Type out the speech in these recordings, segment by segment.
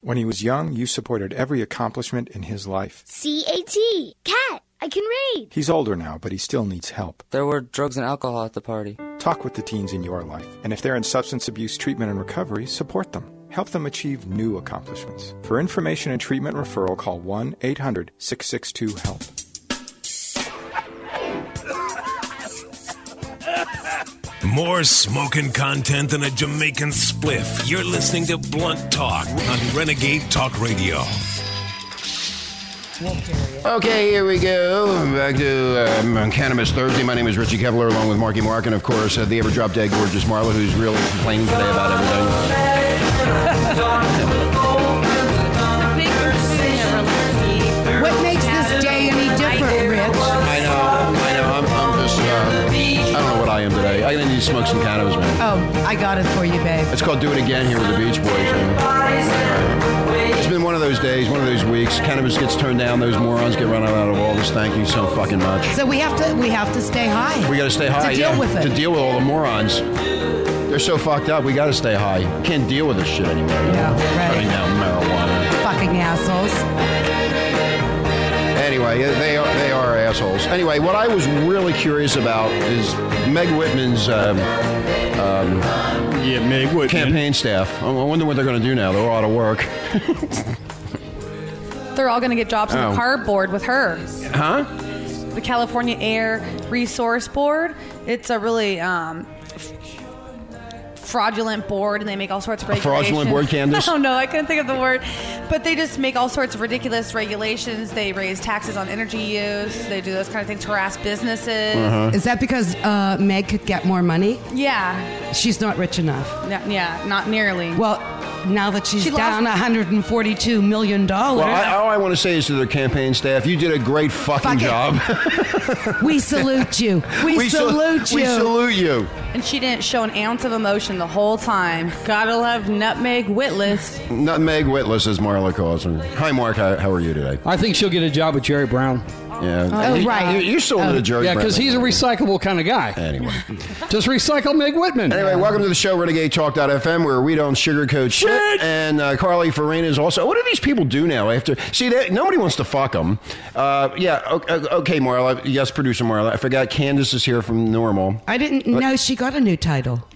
When he was young, you supported every accomplishment in his life. C A T. Cat. I can read. He's older now, but he still needs help. There were drugs and alcohol at the party. Talk with the teens in your life, and if they're in substance abuse treatment and recovery, support them. Help them achieve new accomplishments. For information and treatment referral, call 1 800 662 HELP. More smoking content than a Jamaican spliff. You're listening to Blunt Talk on Renegade Talk Radio. Okay, here we go. Back to um, Cannabis Thursday. My name is Richie Kevler, along with Marky Mark, and of course, uh, the ever drop dead gorgeous Marla, who's really complaining today about everything. What makes this day any different, Rich? I know, I know. I'm, I'm just, uh, I don't know what I am today. I need to smoke some cannabis, man. Oh, I got it for you, babe. It's called Do It Again here with the Beach Boys. man. It's been one of those days, one of those weeks. Cannabis gets turned down. Those morons get run out of all this. Thank you so fucking much. So we have to we have to stay high. We got to stay high. To deal yeah, with it. To deal with all the morons. They're so fucked up. We got to stay high. Can't deal with this shit anymore. Yeah, right. Shutting down marijuana. Fucking assholes. Anyway, they are, they are assholes. Anyway, what I was really curious about is Meg Whitman's um, Yeah, Meg Whitman. campaign staff. I I wonder what they're going to do now. They're all out of work. They're all going to get jobs on Oh. the cardboard with her. Huh? The California Air Resource Board. It's a really um, f- fraudulent board, and they make all sorts of regulations. fraudulent board, Candace? I don't know. oh, I couldn't think of the word, but they just make all sorts of ridiculous regulations. They raise taxes on energy use. They do those kind of things. Harass businesses. Uh-huh. Is that because uh, Meg could get more money? Yeah, She's not rich enough. N- yeah, not nearly. Well, now that she's She lost- down 142 million dollars, Well, I, all I want to say is to their campaign staff, you did a great fucking Fuck it. job. we salute you. We, sal- salute you. We salute you. and she didn't show an ounce of emotion the whole time. Gotta love nutmeg witless. Nutmeg Witless, as Marla calls him. Hi, Mark. How, how are you today? I think she'll get a job with Jerry Brown. Yeah. Oh, You- right. you- You're still in the jury. Yeah, because Brandon. he's a recyclable kind of guy. Anyway. Just recycle Meg Whitman. Anyway, welcome to the show, RenegadeTalk.fm, where we don't sugarcoat shit. And uh, Carly Farina is also. What do these people do now after? See, that nobody wants to fuck them. Uh, yeah, okay, okay, Marla. Yes, producer Marla. I forgot Candace is here from Normal. I didn't know she got a new title.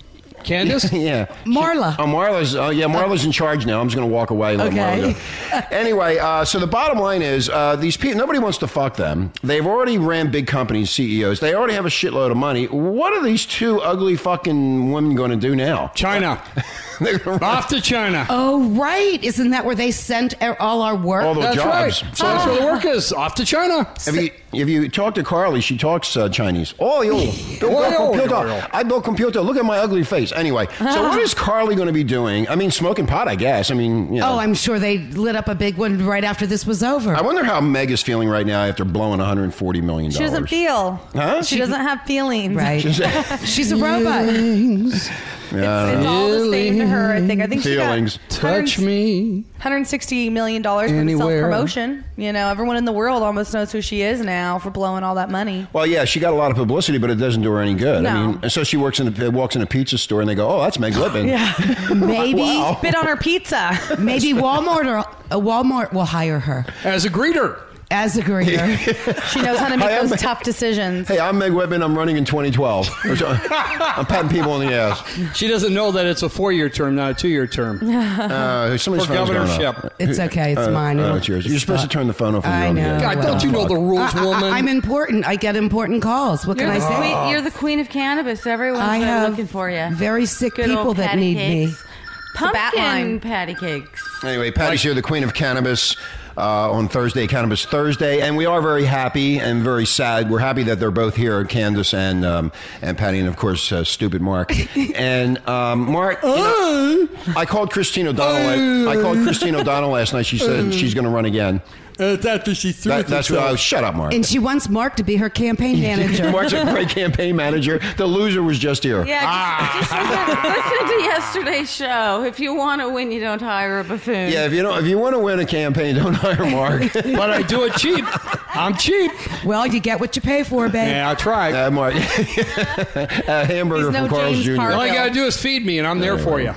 Candace? Yeah. Marla. Oh, Marla's. Oh, yeah, Marla's in charge now. I'm just going to walk away. and Let Okay. Marla go. anyway, uh, so the bottom line is uh, these people. Nobody wants to fuck them. They've already ran big companies, CEOs. They already have a shitload of money. What are these two ugly fucking women going to do now? China. They're gonna run Off to China. Oh, right. Isn't that where they send all our work? all those that's jobs. right. So that's where the work is. Off to China. Have you, if you talk to Carly, she talks uh, Chinese. Oh, yo, built Oh, yo, computer. yo, yo. I built computer. Look at my ugly face. Anyway, so what is Carly going to be doing? I mean, smoking pot, I guess. I mean, you know. Oh, I'm sure they lit up a big one right after this was over. I wonder how Meg is feeling right now after blowing 140 million She dollars. doesn't feel. Huh? She doesn't have feelings. right. She's a robot. Feelings. It's all the same to her. I think. I think Feelings. She got Touch 100 me. 160 million dollars for the self Anywhere. promotion. You know, everyone in the world almost knows who she is now for blowing all that money. Well, yeah, she got a lot of publicity, but it doesn't do her any good. I No. mean, and so she works in a, uh, walks in a pizza store, and they go, "Oh, that's Meg Lippman." Maybe Wow. Bit on her pizza. maybe Walmart or uh, Walmart will hire her As a greeter. as a greeter. She knows how to make I am- those tough decisions. Hey, I'm Meg Whitman. I'm running in 2012. Or so- I'm patting people on the ass. She doesn't know that it's a four year term, not a two year term. Uh, somebody's For phone's going off. governorship. It's okay. It's Uh, mine. uh, It'll- it's yours. You're it's supposed not- to turn the phone off when I you're on the know. air. God, well. don't you know the rules, I- I- woman? I'm important. I get important calls. What can You're I the, say? queen, you're the queen of cannabis. Everyone's I been have looking for you. very sick Good people old that patty need me. cakes. a bat Pumpkin line. patty cakes. Anyway, Patty's here, the queen of cannabis, uh, on Thursday, Cannabis Thursday, and we are very happy and very sad. We're happy that they're both here, Candace and um, and Patty, and of course, uh, stupid Mark. and um, Mark, you Uh. Uh. know, I called Christine O'Donnell. I, I called Christine O'Donnell last night. She said she's going to run again. Uh, It's after she threw That- that's what I was. Shut up, Mark. And she wants Mark to be her campaign manager. Mark's a great campaign manager. The loser was just here. Yeah, just, Ah. just listen, listen to yesterday's show. If you want to win, you don't hire a buffoon. Yeah, if you don't, if you want to win a campaign, don't hire Mark. But I do it cheap. I'm cheap. well, you get what you pay for, babe. Yeah, I try. Uh, Mark, a hamburger He's from no Carl's James Jr. All you Carville. gotta do is feed me, and I'm there for you.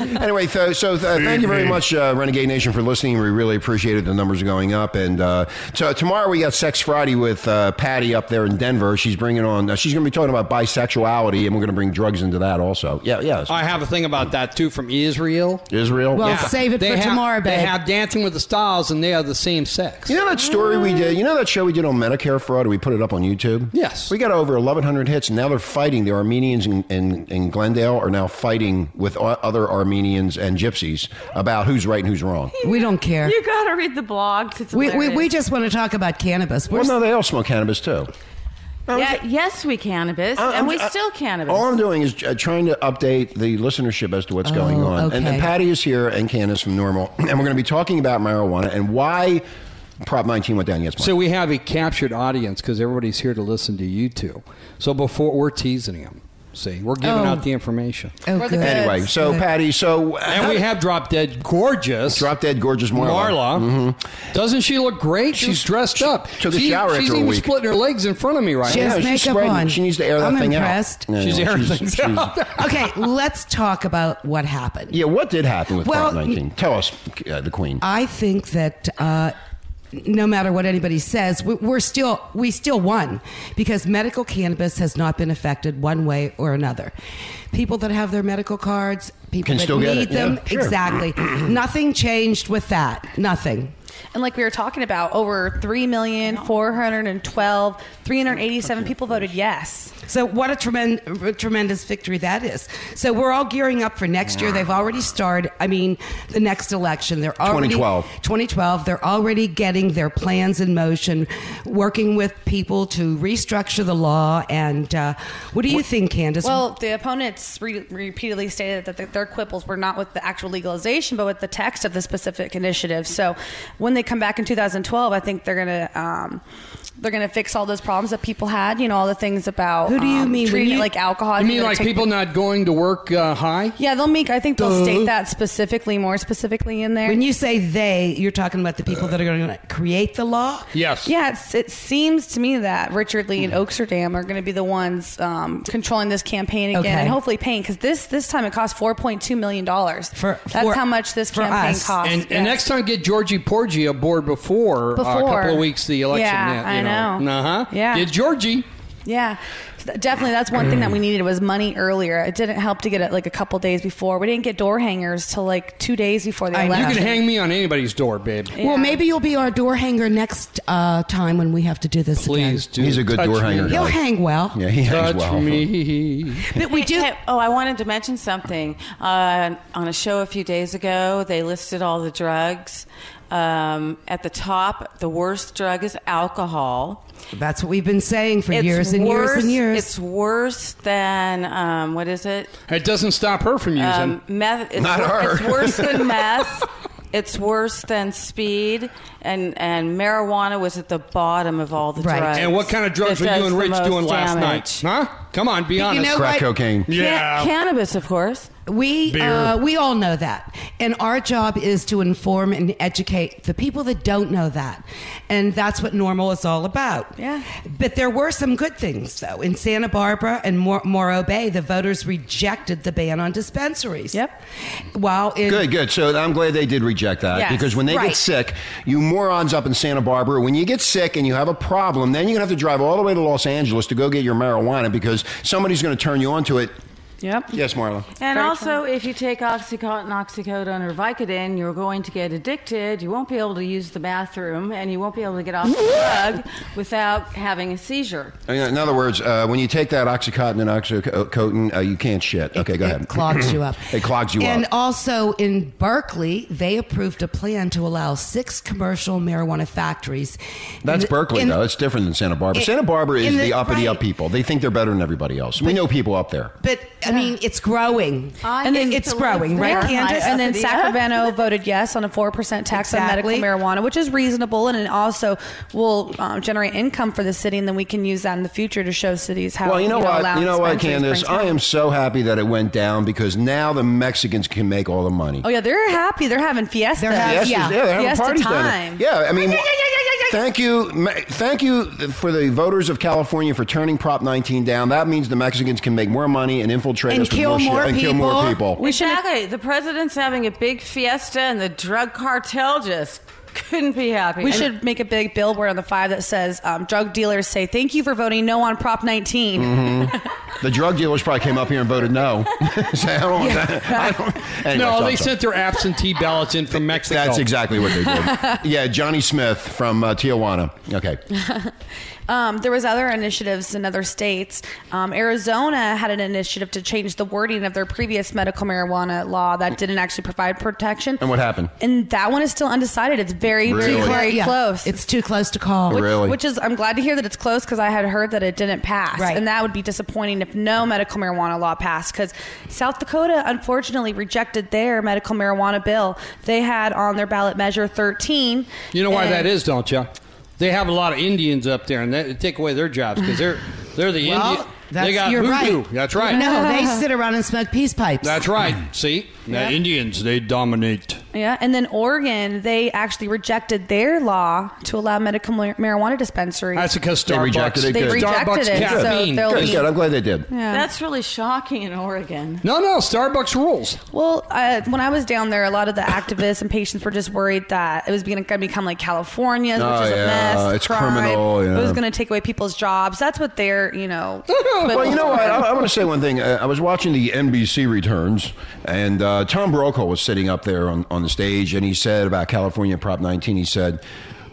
anyway, so, so uh, thank you very much, uh, Renegade Nation, for listening. We really appreciate it. The numbers are going up, and uh, so tomorrow we got Sex Friday with uh, Patty up there in Denver. She's bringing on. Uh, she's going to be talking about bisexuality, and we're going to bring drugs into that also. Yeah, yeah. I have a thing about that too from Israel. Israel. Well, yeah. save it They for have- tomorrow, They babe. have Dancing with the Stars, and they are the same sex. You know that story we did? You know that show we did on Medicare fraud? We put it up on YouTube? Yes. We got over 1,100 hits, and now they're fighting. The Armenians in, in, in Glendale are now fighting with o- other Armenians and gypsies about who's right and who's wrong. We don't care. You got to read the blogs. It's We, we, we hilarious. just want to talk about cannabis. We're Well, no, they all smoke cannabis, too. yeah, yes, we cannabis, I- I'm and we ju- I- still cannabis. All I'm doing is uh, trying to update the listenership as to what's Oh, going on. And, and okay. Patty is here, and Candace from Normal, and we're going to be talking about marijuana and why Prop 19 went down. Yes, Mark. So we have a captured audience because everybody's here to listen to you two. So before we're teasing them, see, we're giving Oh. out the information, Oh, We're the good. best. anyway, so Patty, so and we have Drop Dead Gorgeous. Drop Dead Gorgeous Marla. Marla, doesn't she look great? She's dressed up. Mm-hmm. took a She- shower She's after a even week. splitting her legs in front of me right She now. has Yeah, she's makeup sweating. on. She needs to air that I'm thing impressed. out. No, She's no, airing she's- things she's- out. okay, let's talk about what happened. Yeah, what did happen with Well, Prop 19? Tell us, uh, the Queen. I think that uh, no matter what anybody says, we- we're still we still won because medical cannabis has not been affected one way or another. People that have their medical cards, people Can that still get need it, yeah, them, sure. exactly. Nothing changed with that. Nothing. And like we were talking about, over 3,412, 387 people voted yes. So what a, tremend- a tremendous victory that is. So we're all gearing up for next year. They've already started. I mean, the next election. They're already 2012. 2012. They're already getting their plans in motion, working with people to restructure the law. And uh, what do you think, Candace? Well, the opponents re- repeatedly stated that th- their quibbles were not with the actual legalization, but with the text of the specific initiative. So, when they come back in 2012, I think they're gonna um, they're gonna fix all those problems that people had. You know, all the things about Who do you um, mean? treating When it you- like alcohol? I You think mean they're like taking- people not going to work uh, high? Yeah, they'll make. I think they'll Duh. state that specifically, more specifically in there. when you say they, you're talking about the people that are going to create the law. Yes. Yeah, it's, it seems to me that Richard Lee Hmm. and Oaksterdam are going to be the ones um, controlling this campaign again, Okay. and hopefully paying because this this time it cost four point two million dollars. For- that's for- how much this for campaign us. cost. And, and Yeah. next time, get Georgie Porgy aboard before, uh, a Before. couple of weeks the election. Yeah, I know. Uh huh. Yeah. Get Georgie. yeah, So that- definitely that's one thing that we needed was money earlier. It didn't help to get it like a couple days before. We didn't get door hangers till like two days before the I know. You election. can hang me on anybody's door, babe. Yeah. Well, maybe you'll be our door hanger next uh, time when we have to do this Please again. do. He's a good Touch door me. hanger. He'll hang well. yeah, he hangs Touch well. me. But we do. Hey, oh, I wanted to mention something. Uh, on a show a few days ago, they listed all the drugs. Um, at the top, the worst drug is alcohol. That's what we've been saying for years and years and years. It's worse than um, what is it? It doesn't stop her from using. Um, meth. It's, Not wor- her. it's worse than meth. It's worse than speed, and and marijuana was at the bottom of all the Right. drugs. and what kind of drugs that were you does and the Rich most doing last damage. night? Huh? Come on, be honest. know Crack Right. cocaine. Ca- yeah. cannabis, of course. We Beer. uh, we all know that, and our job is to inform and educate the people that don't know that, and that's what normal is all about. Yeah. But there were some good things though. In Santa Barbara and Mor- Morro Bay, the voters rejected the ban on dispensaries. Yep. While in Good, good. So I'm glad they did reject that Yes, because when they get right. sick, you morons up in Santa Barbara, when you get sick and you have a problem, then you're going to have to drive all the way to Los Angeles to go get your marijuana because somebody's going to turn you onto it. Yep. Yes, Marla. And Very also, if you take Oxycontin, Oxycodone, or Vicodin, you're going to get addicted. You won't be able to use the bathroom, and you won't be able to get off the drug without having a seizure. I mean, In other words, uh, when you take that Oxycontin and Oxycodone, uh, you can't shit. Okay, go it ahead. clogs you up. It clogs you and up. also in Berkeley, they approved a plan to allow six commercial marijuana factories. That's In the- Berkeley, in- though. It's different than Santa Barbara. It- Santa Barbara is in the, the- uppity up right. people. They think they're better than everybody else. We know people up there. But I mean, it's growing. I and think it's to growing, leave right, there. Candace? And then Sacramento voted yes on a 4% tax on Exactly. medical marijuana, which is reasonable. And it also will um, generate income for the city. And then we can use that in the future to show cities how well, you know, what? allow You know what, Candace? dispensaries brings I am so happy that it went down because now the Mexicans can make all the money. Oh yeah, they're happy. They're having fiesta. They're Yes, yeah. yeah, they're having fiesta parties down there. time. Yeah, I mean, thank you, Ma- thank you for the voters of California for turning Prop 19 down. That means the Mexicans can make more money and infiltrate And us with kill bullshit more and kill more people. exactly. The president's having a big fiesta, and the drug cartel just couldn't be happy. We And- should make a big billboard on the five that says um, drug dealers say thank you for voting no on Prop 19. Mhm. the drug dealers probably came up here and voted no. so I don't, I don't, anyway, so no, they I'm sorry. sent their absentee ballots in from Mexico. That's exactly what they did. yeah, Johnny Smith from uh, Tijuana. Okay. Um, there was other initiatives in other states. Um, Arizona had an initiative to change the wording of their previous medical marijuana law that didn't actually provide protection. And what happened? And that one is still undecided. It's very, Really? very, very Yeah. close. It's too close to call. Which- Really? Which is, I'm glad to hear that it's close because I had heard that it didn't pass. Right. And that would be disappointing if no medical marijuana law passed because South Dakota unfortunately rejected their medical marijuana bill. They had on their ballot measure 13. You know why and- that is, don't you? They have a lot of Indians up there, and that they take away their jobs because they're they're the Well, Indian. that's, They got you're voodoo. right. That's right. No, they sit around and smoke peace pipes. That's right. See, now Yeah. Indians they dominate. Yeah, and then Oregon, they actually rejected their law to allow medical mar- marijuana dispensaries. That's because Starbucks. They rejected it. They Good. rejected Starbucks it, caffeine. so they'll Good, be- good. I'm glad they did. Yeah. That's really shocking in Oregon. No, no, Starbucks rules. Well, uh, when I was down there, a lot of the activists and patients were just worried that it was going to become like California, which Oh, is a yeah, mess. it's crime. criminal, yeah. It was going to take away people's jobs. That's what they're, you know. Well, you know what? I, I want to say one thing. Uh, I was watching the NBC returns, and uh, Tom Brokaw was sitting up there on, on the stage, and he said about California Prop 19, he said,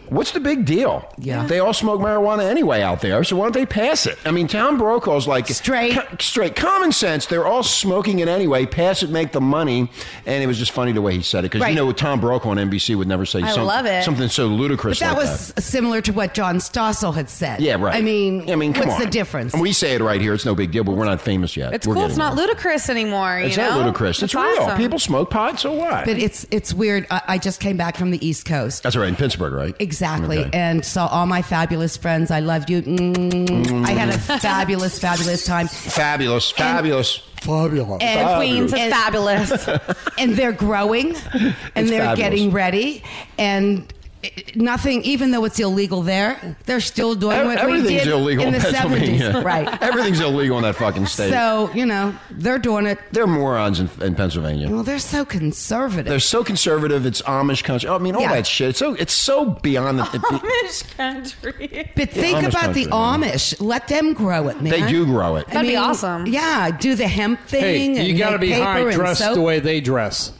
What's the big deal? Yeah. They all smoke marijuana anyway out there, so why don't they pass it? I mean, Tom Brokaw's like, Straight. Co- straight common sense. They're all smoking it anyway. Pass it, make the money. And it was just funny the way he said it, because you Right. know, with Tom Brokaw on NBC would never say I some- love it. something so ludicrous But that like was similar to what John Stossel had said. Yeah, right. I mean, I mean, come what's on. the difference? And we say it right here. It's no big deal, but we're not famous yet. it's We're cool. It's getting not there. ludicrous anymore. It's you know? not ludicrous. It's, real. awesome. People smoke pot, so what? but it's it's weird. I, I just came back from the East Coast. That's right in Pittsburgh, right? Exactly. Okay. And saw all my fabulous friends. I loved you. Mm. I had a fabulous, fabulous time. fabulous, fabulous. Fabulous. And Queens is And- fabulous. and they're growing and It's they're fabulous. E- getting ready and it- nothing even though it's illegal there they're still doing Ev- what we E-, Everything's did illegal in in, the Pennsylvania. 70s right Everything's illegal in that fucking state. so you know they're doing it They're morons in, in Pennsylvania. well they're so conservative They're so conservative. It's Amish country. Oh, I mean, all Yeah. that shit. It's so it's so beyond the. Amish country. but think Amish about the country, Amish let them grow it man they do grow it. That'd be awesome. yeah do the hemp thing hey, you and got to make be paper high and dressed soap. the way they dress.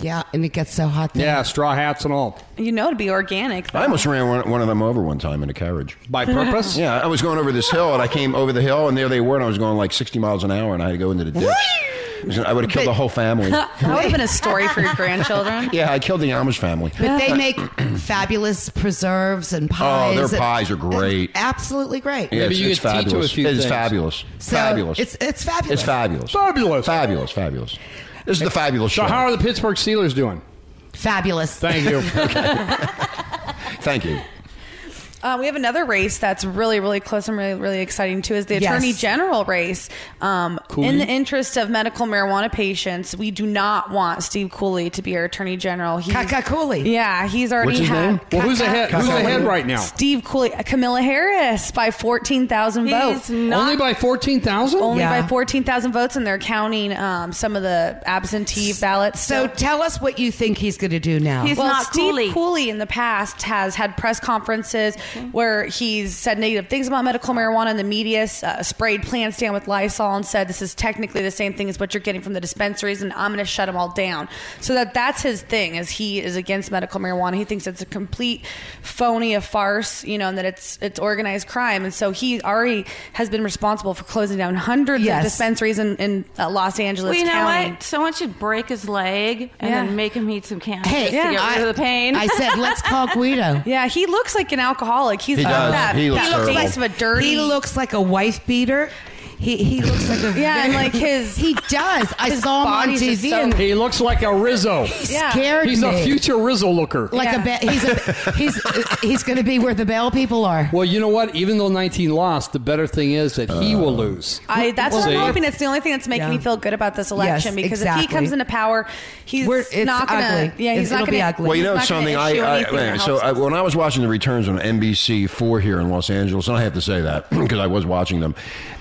yeah and it gets so hot there. Yeah, straw hats and all. you know, to be organic. though. I almost ran one, one of them over one time in a carriage. By purpose? Yeah, I was going over this hill and I came over the hill and there they were and I was going like 60 miles an hour and I had to go into the ditch. I was gonna- I would have killed the whole family. that would have been a story for your grandchildren. yeah, I killed the Amish family. But they make fabulous preserves and pies. Oh, their and- pies are great. Absolutely great. Yeah, Maybe it's, you it's could teach her a fabulous. few it is things. fabulous. So fabulous. It's it's fabulous. It's fabulous. Fabulous. Fabulous. Fabulous. This is the fabulous So show. how are the Pittsburgh Steelers doing? Fabulous. Thank you. Thank you. Uh, we have another race that's really, really close and really, really exciting too. Is the Yes. Attorney General race? Um, In the interest of medical marijuana patients, we do not want Steve Cooley to be our Attorney General. He's, Kaka Cooley. Yeah, he's already What's his had name? well, who's ahead? Who's ahead right now? Steve Cooley, uh, Camilla Harris by fourteen thousand votes. He's not. Only by fourteen thousand. only Yeah. by 14,000 votes, and they're counting um, some of the absentee ballots. So tell us what you think he's going to do now. He's- well, not Steve Cooley. in the past has had press conferences where he's said negative things about medical marijuana in the media, uh, sprayed plants down with Lysol, and said this is technically the same thing as what you're getting from the dispensaries, and I'm going to shut them all down. So that that's his thing, is he is against medical marijuana. He thinks it's a complete phony, a farce, you know, and that it's it's organized crime. And so he already has been responsible for closing down hundreds Yes. of dispensaries in, in uh, Los Angeles Well, you know County. what? Someone should break his leg and Yeah. then make him eat some candy just hey, to get rid of the pain. I said, let's call Guido. Yeah, he looks like an alcoholic. He's He got does. that, He looks that terrible. face of a dirty. He looks like a wife beater. He he looks like a Yeah, and very- like his he does. I his saw him on body's just TV so- and He looks like a Rizzo. he scared He's me. a future Rizzo looker. like a be- he's a, he's he's going to be where the bell people are. Well, you know what? Even though 19 lost, the better thing is that he will lose. I, that's what See? I'm hoping. It's the only thing that's making Yeah. me feel good about this election Yes, because if he exactly. comes into power, he's We're- it's not gonna. ugly. Yeah, It's- he's not it'll gonna be ugly. Well, you he's know not it's something gonna I, issue I anything man, that so helps I, us. when I was watching the returns on NBC four here in Los Angeles, and I have to say that because I was watching them,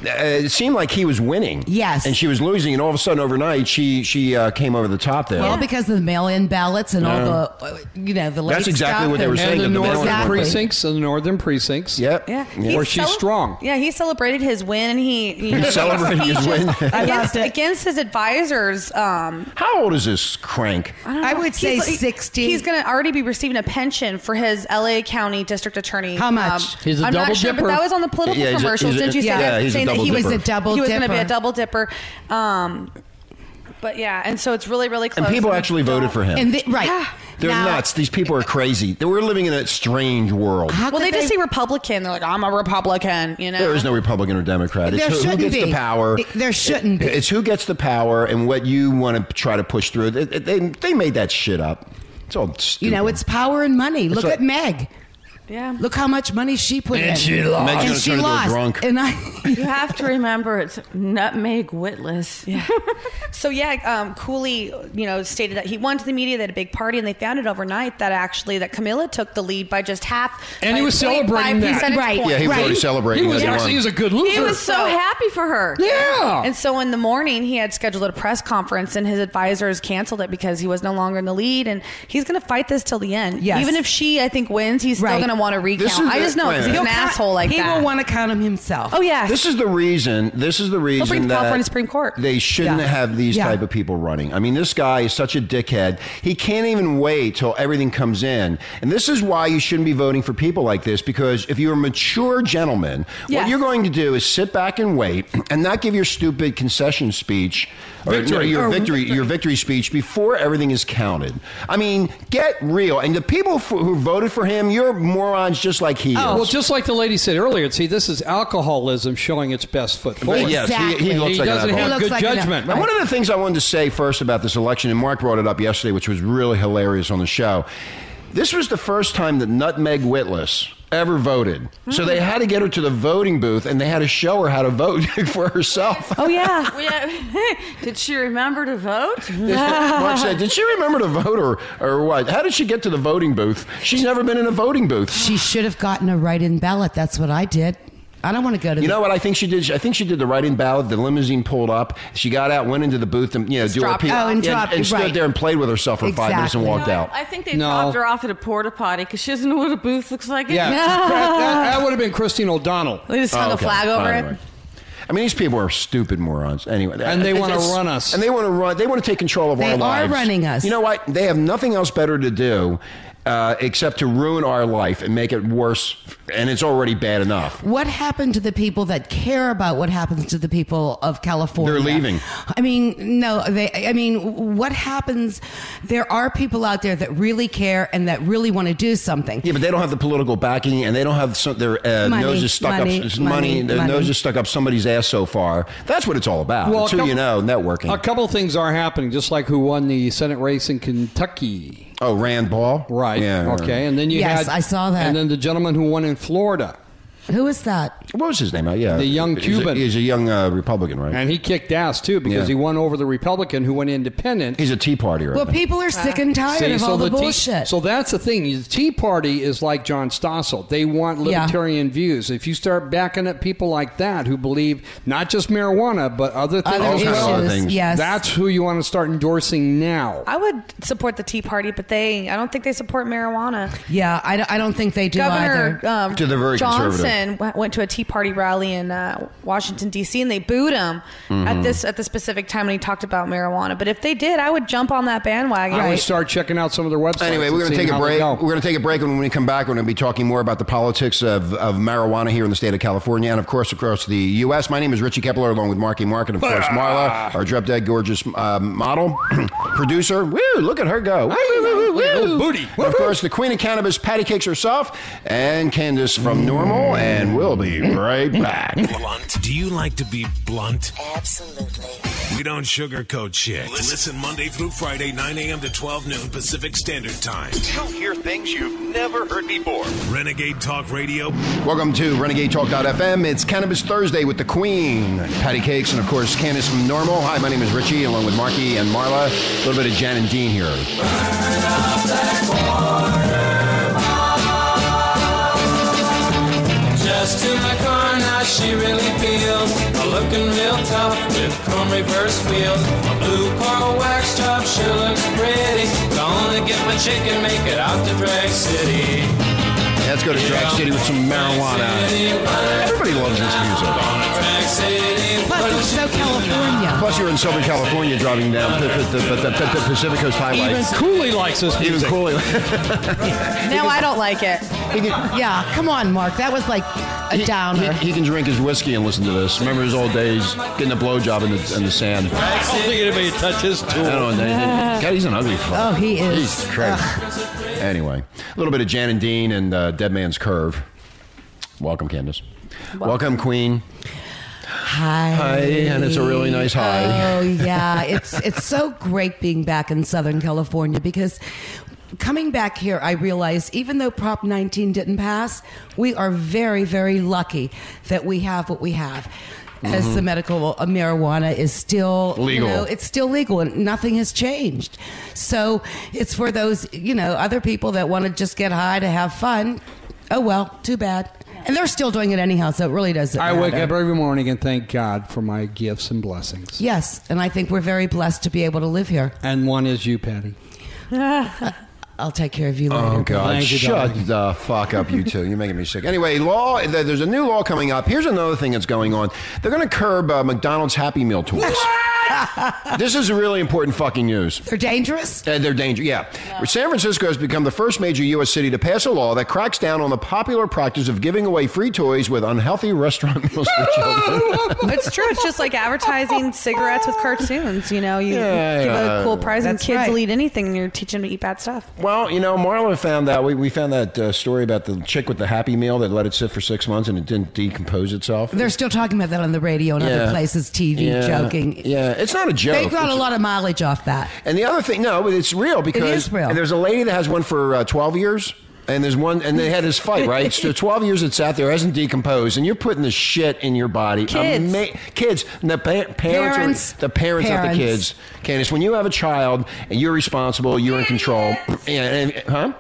uh, it seemed like he was winning. Yes. and she was losing, and all of a sudden overnight she she uh, came over the top there. Well, because of the mail-in ballots and Yeah. all the, uh, you know, the late That's exactly stuff what they were and- saying, And the that the northern ballot Exactly. precincts, the northern precincts. yep. Yeah, Yeah. he Or she's cele- strong. Yeah, he celebrated his win. He he, He celebrated his speeches win. I loved against, it. against his advisors. Um, How old is this crank? I, don't I know. would say He's- he- 60. He's going to already be receiving a pension for his L.A. County district attorney. Um, How much? He's a I'm double not sure, dipper. but that was on the political Yeah, he's a- commercials. he's a- Didn't you say yeah, that? he's a saying that double he was dipper. He's a double he was going to be a dipper. double dipper. Um, but yeah, and so it's really really close. And people we actually voted don't- for him. And the, right. They're Now- nuts. These people are crazy. They- We're living in a strange world. How Well, could they just say Republican. They're like, I'm a Republican. You know, There is no Republican or Democrat. It's There who- who, shouldn't gets be. the power. There shouldn't be. It's who gets the power and what you want to try to push through. They, they, they made that shit up. It's all stupid. You know, it's power and money. Look like- at Meg. Yeah. Look how much money she put in. Meg's And gonna she turn into a lost. drunk. And I, You have to remember it's nutmeg witless. Yeah. So yeah, um, Cooley, you know, stated that he won to the media. They had a big party, and they found it overnight that actually that Camilla took the lead by just half. And by he was 0.5 celebrating that. percentage Right. points. yeah, he was Right. already celebrating. He was that actually won. he was a good loser. He was so happy for her. yeah. And so in the morning, he had scheduled a press conference, and his advisors canceled it because he was no longer in the lead, and he's going to fight this till the end. Yes. Even if she, I think, wins, he's Right. still going to want to recount. is I the- just know wait a 'cause he's minute. He'll an count- asshole like he that. will want to count him himself. oh yeah. This is the reason. This is the reason bring the that power in the Supreme Court. they shouldn't Yeah. have these Yeah. type of people running. I mean, this guy is such a dickhead. He can't even wait till everything comes in, and this is why you shouldn't be voting for people like this. Because if you're a mature gentleman, what Yes. you're going to do is sit back and wait, and not give your stupid concession speech or no, Victory. Oh. your victory, your victory speech before everything is counted. I mean, get real. And the people f- who voted for him, you're morons just like he Oh. Well, is. just like the lady said earlier, see, this is alcoholism showing its best foot forward. yes, he, Exactly. he looks He like an doesn't alcoholic. have looks good like an- judgment. Now, one of the things I wanted to say first about this election, and Mark brought it up yesterday, which was really hilarious on the show. This was the first time that Nutmeg Witless ever voted. So Mm-hmm. they had to get her to the voting booth and they had to show her how to vote for herself. oh yeah. We have- Did she remember to vote? Mark said, Did she remember to vote or, or what? How did she get to the voting booth? She's never been in a voting booth. she should have gotten a write-in ballot. That's what I did. I don't want to go to You the know what I think she did? I think she did the write-in ballot. The limousine pulled up. She got out, went into the booth, and you know, do her dropped pee- off. Oh, and dropped- and stood right. there and played with herself for five minutes and Exactly. walked out. I think they No. dropped her off at a porta potty because she doesn't know what a booth looks like. yeah. That, that- that would have been Christine O'Donnell. They just hung Oh, a okay. flag over All it. right, right. I mean, these people are stupid morons. Anyway, And they It's- wanna it's- run us. And they want to run. They want to take control of They our are lives. running us. You know what? They have nothing else better to do. Uh, except to ruin our life and make it worse, and it's already bad enough. What happened to the people that care about what happens to the people of California? They're leaving. I mean, no, they I mean, what happens there are people out there that really care and that really want to do something. Yeah, but they don't have the political backing, and they don't have some, their uh, Money, noses stuck money, up money, Their money. noses stuck up somebody's ass so far. That's what it's all about. Well, it's a who you know, couple- networking. A couple things are happening, just like who won the Senate race in Kentucky. oh, Rand Paul. Right. Yeah. Okay. And then you Yes, had. I saw that. And then the gentleman who won in Florida, Who is that? What was his name? Uh, Yeah. The young He's a- Cuban. He's a, young uh, Republican, right? and he kicked ass too because Yeah. he won over the Republican who went independent. he's a Tea Partier. I Well, think. people are sick and tired See, of all the, tea- bullshit. so that's the thing. The Tea Party is like John Stossel. They want Yeah. libertarian views. If you start backing up people like that who believe not just marijuana but other things, Other All as kinds of well, other issues, things. yes. that's who you want to start endorsing now. I would support the Tea Party, but they, I don't think they support marijuana. yeah, I, don't- I don't think they do Governor either. um, To the very Johnson conservative. w- went to a Tea Party rally in uh, Washington D.C. and they booed him at this at the specific time when he talked about marijuana. But if they did, I would jump on that bandwagon. I would start checking out some of their websites. Anyway, we're going to take a break. We're going to take a break, and when we come back, we're going to be talking more about the politics of, of marijuana here in the state of California, and of course across the U.S. My name is Richie Kepler, along with Marky Mark, and of course Marla, our drop dead gorgeous uh, model producer. Woo! Look at her go! Woo, woo, woo, woo, woo. Little booty. And Of course, the queen of cannabis, Patty Cakes herself, and Candace from Normal, and we'll be right back. Blunt. Do you like to be blunt? Absolutely. We don't sugarcoat shit. Listen Monday through Friday, 9 a.m. to 12 noon Pacific Standard Time. You'll hear things you've never heard before. Renegade Talk Radio. Welcome to Renegade Talk.fm. It's Cannabis Thursday with the Queen, Patty Cakes, and of course, Candace from Normal. Hi, my name is Richie, along with Marky and Marla. A little bit of Jan and Dean here. Just in the car now, she really feels a looking real tough with chrome reverse wheels. A blue car wax job sure looks pretty. Gonna get my chicken, make it out to Drag City. Let's go to Drag City with some marijuana. Everybody loves this music. Drag City. Plus, it's so California. Plus, you're in Southern California driving down the, the, the, the, the Pacific Coast Highway. Even Cooley likes this music. Even Cooley. No, I don't like it. yeah, come on, Mark. That was like a downer. he can drink his whiskey and listen to this. Remember his old days getting a blowjob in the, in the sand. I don't think anybody touches I don't know. they- God, he's an ugly fuck. Oh, he is. He's crazy. Anyway, a little bit of Jan and Dean and uh, Dead Man's Curve. Welcome, Candace. Welcome, Queen. Hi. Hi, and it's a really nice hi. Oh yeah, it's it's so great being back in Southern California because coming back here I realize even though Prop 19 didn't pass, we are very very lucky that we have what we have. As the medical uh, marijuana is still you Mm-hmm. Legal. know, it's still legal and nothing has changed. So it's for those, you know, other people that want to just get high to have fun. Oh well, too bad. And they're still doing it anyhow, so it really doesn't I wake matter. up every morning and thank God for my gifts and blessings. Yes, and I think we're very blessed to be able to live here. And one is you, Patty. I'll take care of you later. Oh God! Thank you, Shut darling. the fuck up, you two. You're making me sick. Anyway, law. th- There's a new law coming up. Here's another thing that's going on. They're going to curb uh, McDonald's Happy Meal tools. this is really important fucking news. They're dangerous. Uh, they're dangerous. Yeah. San Francisco has become the first major U.S. city to pass a law that cracks down on the popular practice of giving away free toys with unhealthy restaurant meals for children. It's true. It's just like advertising cigarettes with cartoons. You know, you Yeah, give yeah. a cool prize and That's kids right. will eat anything and you're teaching them to eat bad stuff. Well, you know, Marla found that we, we found that uh, story about the chick with the Happy Meal that let it sit for six months and it didn't decompose itself. They're still talking about that on the radio and Yeah. other places, TV, Yeah. joking. Yeah, it's not a joke. They got a It's- lot of mileage off that. And the other thing, no, but it's real because is real. and there's a lady that has one for uh, 12 years. And there's one, and they had this fight, right? so 12 years it sat there, hasn't decomposed, and you're putting the shit in your body. Kids. kids, and the pa- parents, are- Parents. the parents, of the Parents. kids. Candace, when you have a child and you're responsible, you're in control. Yeah, and, huh?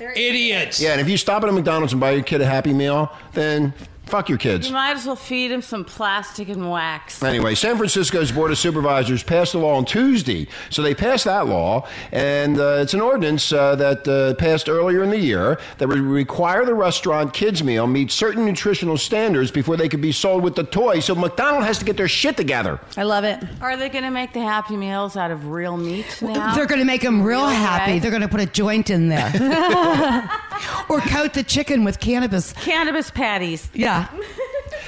Idiots. Yeah, and if you stop at a McDonald's and buy your kid a Happy Meal, then fuck your kids. You might as well feed him some plastic and wax. Anyway, San Francisco's Board of Supervisors passed a law on Tuesday. So they passed that law, and uh, it's an ordinance uh, that uh, passed earlier in the year that would require the restaurant kids' meal meet certain nutritional standards before they could be sold with the toy. So McDonald has to get their shit together. I love it. Are they going to make the Happy Meals out of real meat now? They're going to make them real Okay. happy. They're going to put a joint in there. or coat the chicken with cannabis. Cannabis patties. Yeah.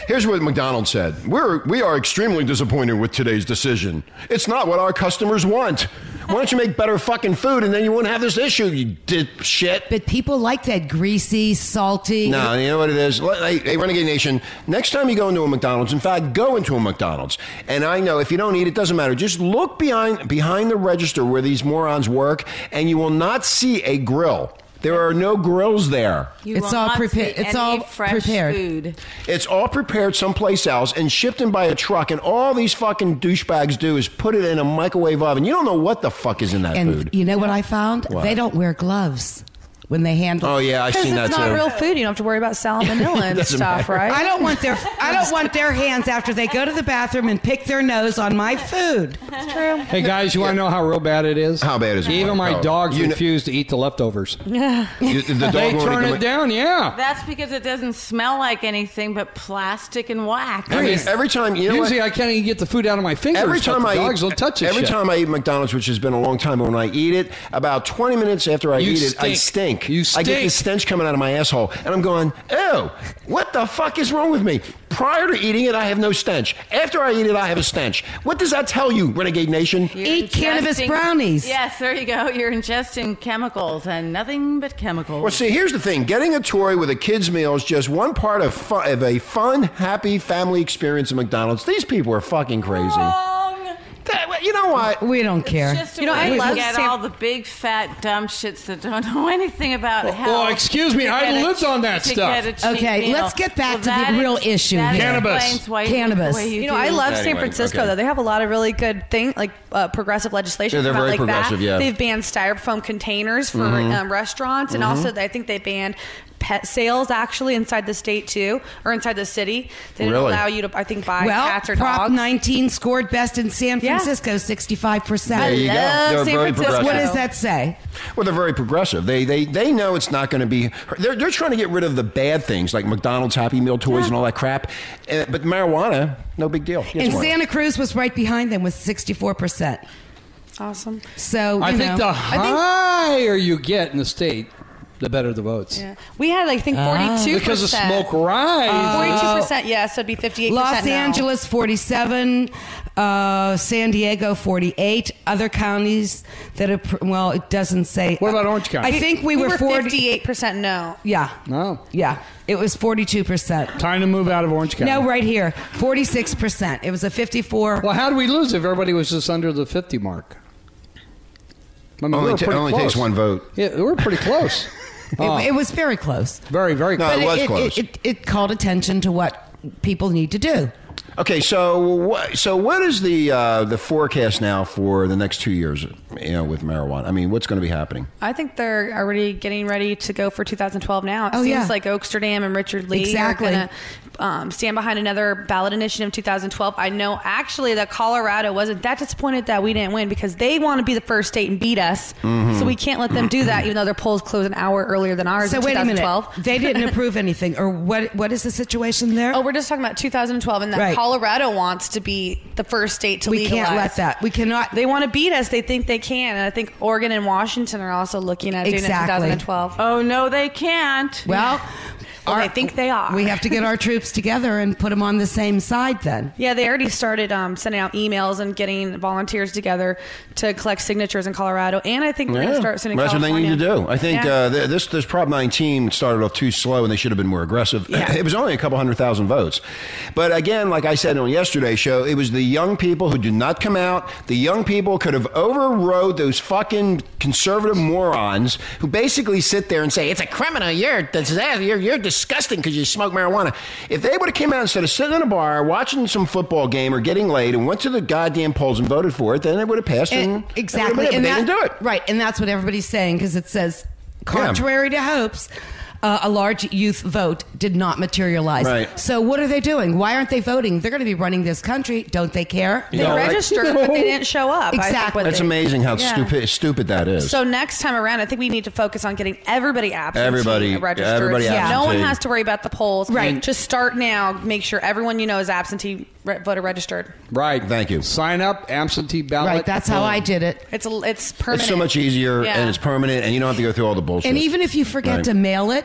Here's what McDonald said We're, We are extremely disappointed with today's decision. It's not what our customers want. Why don't you make better fucking food and then you wouldn't have this issue, you did shit. But people like that greasy, salty. No, you know what it is? Let- Hey, hey, Renegade Nation, next time you go into a McDonald's, in fact, go into a McDonald's. And I know if you don't eat, it doesn't matter. Just look behind behind the register where these morons work, and you will not see a grill. There are no grills there. You It's will all not prepa- see it's any all fresh prepared. Food. It's all prepared someplace else and shipped in by a truck. And all these fucking douchebags do is put it in a microwave oven. You don't know what the fuck is in that and food. you know what I found? What? They don't wear gloves when they handle oh yeah, I've Because seen it's that not too. real food. You don't have to worry about salmonella and Doesn't stuff, matter. right? I don't want their I don't want their hands after they go to the bathroom and pick their nose on my food. Hey guys, you want to know how real bad it is? How bad is it? Even my Oh, dogs you kn- refuse to eat the leftovers. You- the dog They won't turn even- it down. Yeah. That's because it doesn't smell like anything but plastic and wax. I mean, every time you know what? Usually I can't even get the food out of my fingers. Every but time the I dogs eat, will touch it. every time I eat McDonald's, which has been a long time, but when I eat it, about 20 minutes after I You eat it, I stink. stink. You I get stink. this stench coming out of my asshole, and I'm going, "Oh, what the fuck is wrong with me?" Prior to eating it, I have no stench. After I eat it, I have a stench. What does that tell you, Renegade Nation? You're Eat cannabis ingesting- brownies. Yes, there you go. You're ingesting chemicals and nothing but chemicals. Well, see, here's the thing: getting a toy with a kid's meal is just one part of, fun, of a fun, happy family experience at McDonald's. These people are fucking crazy. That- well, you know what? We don't care. Just You know, I I love love get Sam- all the big fat dumb shits that don't know anything about Well, health. well, Oh, excuse me, to I get a lived che- on that to stuff. get a cheap Okay, meal. let's get back Well, to the that real ex- issue that here. Cannabis. explains why Cannabis. You, why You you know, I do love that. San Anyway, Francisco okay. though. They have a lot of really good thing, like uh, progressive legislation. Yeah, they're come out very like progressive, That. yeah. Mm-hmm. They've banned styrofoam containers for um, restaurants, and also I think they banned pet sales actually inside the state too, or inside the city. They didn't Really? allow you to, I think, buy well, cats or Prop dogs. 19 scored best in San Yeah. Francisco, 65%. There you go. love They're San very Francisco. progressive. What does that say? Well, they're very progressive. They they they know it's not going to be. They're they're trying to get rid of the bad things like McDonald's Happy Meal toys and all that crap. Uh, but marijuana, no big deal. Yes, and Mark. Santa Cruz was right behind them with 64%. awesome. So, I you think know, the I think- higher you get in the state, the better the votes. Yeah. We had, I think, Ah. forty-two Because the smoke rises. Forty-two percent, yes. So it'd be fifty-eight. Los no. Angeles 47, uh, San Diego 48, other counties that are pr- well, it doesn't say. uh, What about Orange County? I think we, were, 40 fifty-eight percent. No. Yeah. No. Yeah. It was 42%. Time to move out of Orange County. No, right here. 46%. It was a 54 Well, how do we lose if everybody was just under the 50 mark? I mean, Only were ta- pretty only takes one vote. Yeah, we were pretty close. Oh, It, it was very close. very, very No, close. it was close. It, it, it called attention to what people need to do. Okay, so what, so what is the uh, the forecast now for the next two years? You know, with marijuana. I mean, what's going to be happening? I think they're already getting ready to go for 2012 now. It Oh, seems yeah. like Oaksterdam and Richard Lee Exactly. are going to um, stand behind another ballot initiative in 2012. I know actually that Colorado wasn't that disappointed that we didn't win because they want to be the first state and beat us. So we can't let them do that, even though their polls close an hour earlier than ours Mm-hmm. So in wait a minute. 2012. They didn't approve anything, or what? What is the situation there? Oh, we're just talking about 2012 and that Right. Colorado wants to be the first state to we legalize. can't let that. We cannot. They want to beat us. They think they can. And I think Oregon and Washington are also looking at doing it in Exactly. 2012. Oh no, they can't. well, Well, Oh, they think they are. We have to get our troops together and put them on the same side. Then Yeah, they already started um, sending out emails and getting volunteers together to collect signatures in Colorado, and I think we're going to start sending. Well, that's what California. they need to do. I think Yeah. uh, th- this this Prop 19 started off too slow, and they should have been more aggressive. Yeah. It was only a couple hundred thousand votes, but again, like I said on yesterday's show, it was the young people who did not come out. The young people could have overrode those fucking conservative morons who basically sit there and say it's a criminal. You're dis- you're, you're disgusting because you smoke marijuana. If they would have came out instead of sitting in a bar watching some football game or getting laid and went to the goddamn polls and voted for it, then it would have Eh, passed. And, And- Eh, exactly, it would have been it, but that, they didn't do it. right, and that's what everybody's saying because it says, contrary to hopes. Uh, a large youth vote did not materialize. Right. So, what are they doing? Why aren't they voting? They're going to be running this country. Don't they care? They No, I- registered, but they didn't show up. I think, Exactly. what That's they- amazing how Yeah. stupid stupid that is. So next time around, I think we need to focus on getting everybody absentee Everybody- registered. everybody So No absentee. one has to worry about the polls. Right. Just start now. Make sure everyone you know is absentee re- voter registered. right. Thank you. Sign up, absentee ballot. Right. That's how I did it. It's a, it's permanent. it's so much easier Yeah. and it's permanent and you don't have to go through all the bullshit. And even if you forget Right. to mail it,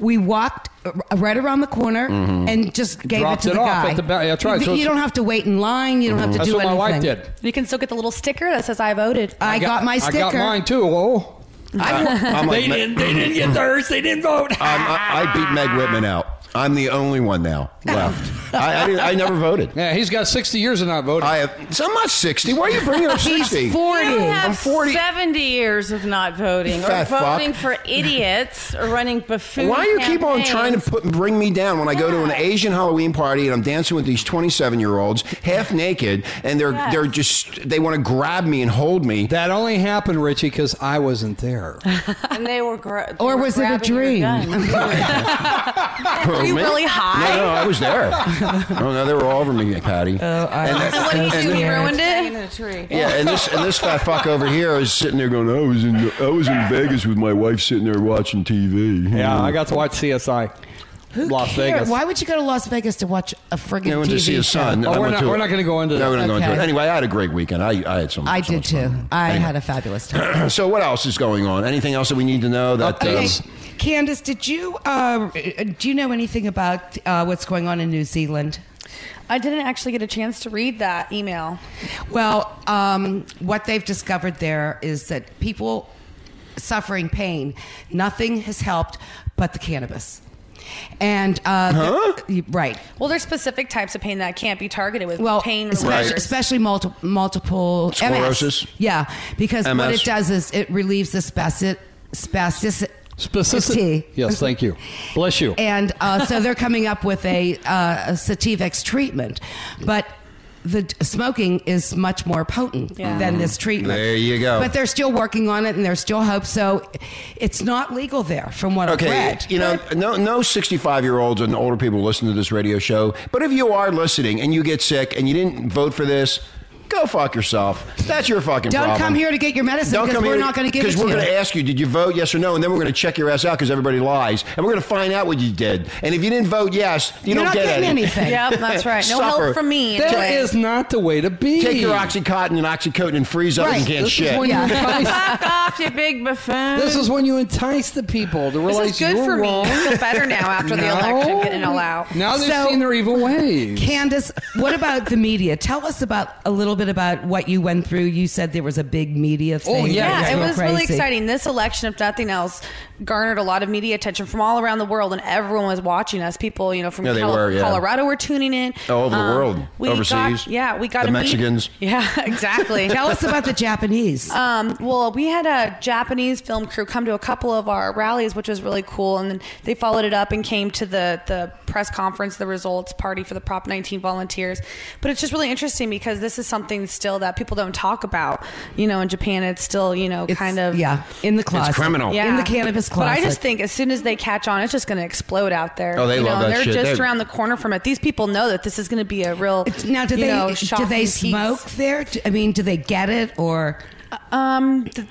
we walked r- right around the corner and just gave Mm-hmm. Dropped it to it the off guy. at the ba- that's right. You, So you it's- Mm-hmm. don't have to wait in line. You don't have to That's do what my anything. wife did. You can still get the little sticker that says I voted. I, got, my sticker. I got mine too. Oh. Whoa. I'm like, Ma- They didn't get theirs. They didn't vote. I'm, I, I beat Meg Whitman out. I'm the only one now left. I, I, didn't, I never voted. yeah, he's got 60 years of not voting. I have. So I'm not 60. Why are you bringing up 60? He's 40. You have I'm 40. 70 years of not voting You or fat fuck. voting for idiots or running buffoon Why do you keep on trying to campaigns. put bring me down when I go to an Yeah. Asian Halloween party and I'm dancing with these 27 year olds half naked and they're Yes. they're just they want to grab me and hold me. that only happened, Richie, because I wasn't there. and they were gra- Or was it a dream? Were you really high? No, no, I was there. no, no, they were all over me, Patty. Oh, I and, What do you and- do? You Yeah. ruined in it. a tree. Yeah, and this and this fat fuck over here is sitting there going, "I was in I was in Vegas with my wife sitting there watching TV." yeah, I got to watch CSI. Who Las cares? Vegas. Why would you go to Las Vegas to watch a friggin' I went TV to see his show? son. Oh, I we're went not- to- we're not gonna go into No, we're not going Okay. to it. Anyway, I had a great weekend. I, I had some. I so did much fun. too. I Anyway. had a fabulous time. So what else is going on? Anything else that we need to know? That uh, Updates. Can Candace, did you uh, do you know anything about uh, what's going on in New Zealand? I didn't actually get a chance to read that email. Well, um, what they've discovered there is that people suffering pain, nothing has helped but the cannabis. And uh, the- right, Well, there's specific types of pain that can't be targeted with well, pain especially, relievers. especially multi- multiple MS. Sclerosis? Yeah, because what MS? it does is it relieves the spastic spasticity. Specific. Yes, thank you. Bless you. And uh, so they're coming up with a, uh, a Sativex treatment, but the d- smoking is much more potent Yeah. than this treatment. Mm-hmm. There you go. But they're still working on it, and there's still hope. So it's not legal there, from what I've Okay, read. you know, no, no, sixty-five-year-olds and older people listen to this radio show. But if you are listening and you get sick and you didn't vote for this, go fuck yourself. That's your fucking Don't problem. come here to get your medicine Don't because come we're here not going to give it because to we're you. going to ask you, did you vote yes or no, and then we're going to check your ass out because everybody lies, and we're going to find out what you did. And if you didn't vote yes, you You're don't not get getting any. anything. Yep, that's right. No help Suffer. from me. That is anyway. not the way to be. Take your oxycontin and oxycodone and freeze up and Right. can't This is shit. when you Yeah. entice- Fuck off, you big buffoon. This is when you entice the people to is realize good you're for me. wrong. I feel better now after the No. election, getting all out. Now they've So- seen their evil ways. Candace, what about the media? Tell us about a little bit about what you went through. You said there was a big media thing. Oh, yeah, that it went was really crazy. exciting. This election, if nothing else, garnered a lot of media attention from all around the world, and everyone was watching us. People, you know, from Yeah, they Cali- were, yeah. Colorado were tuning in. Um, All over the world, we overseas. Got, yeah, we got The a beat- Mexicans. Yeah, exactly. Tell us about the Japanese. Um, well, we had a Japanese film crew come to a couple of our rallies, which was really cool, and then they followed it up and came to the the press conference, the results party for the Prop 19 volunteers. But it's just really interesting because this is something still that people don't talk about. You know, in Japan, it's still you know kind of yeah, in the closet. criminal. In the cannabis But closet. I just think as soon as they catch on, it's just going to explode out there. Oh, they you love know, and that They're shit. just They- around the corner from it. These people know that this is going to be a real now, do you they know, do shocking they piece. smoke there? Do- I mean, do they get it or? Um, th-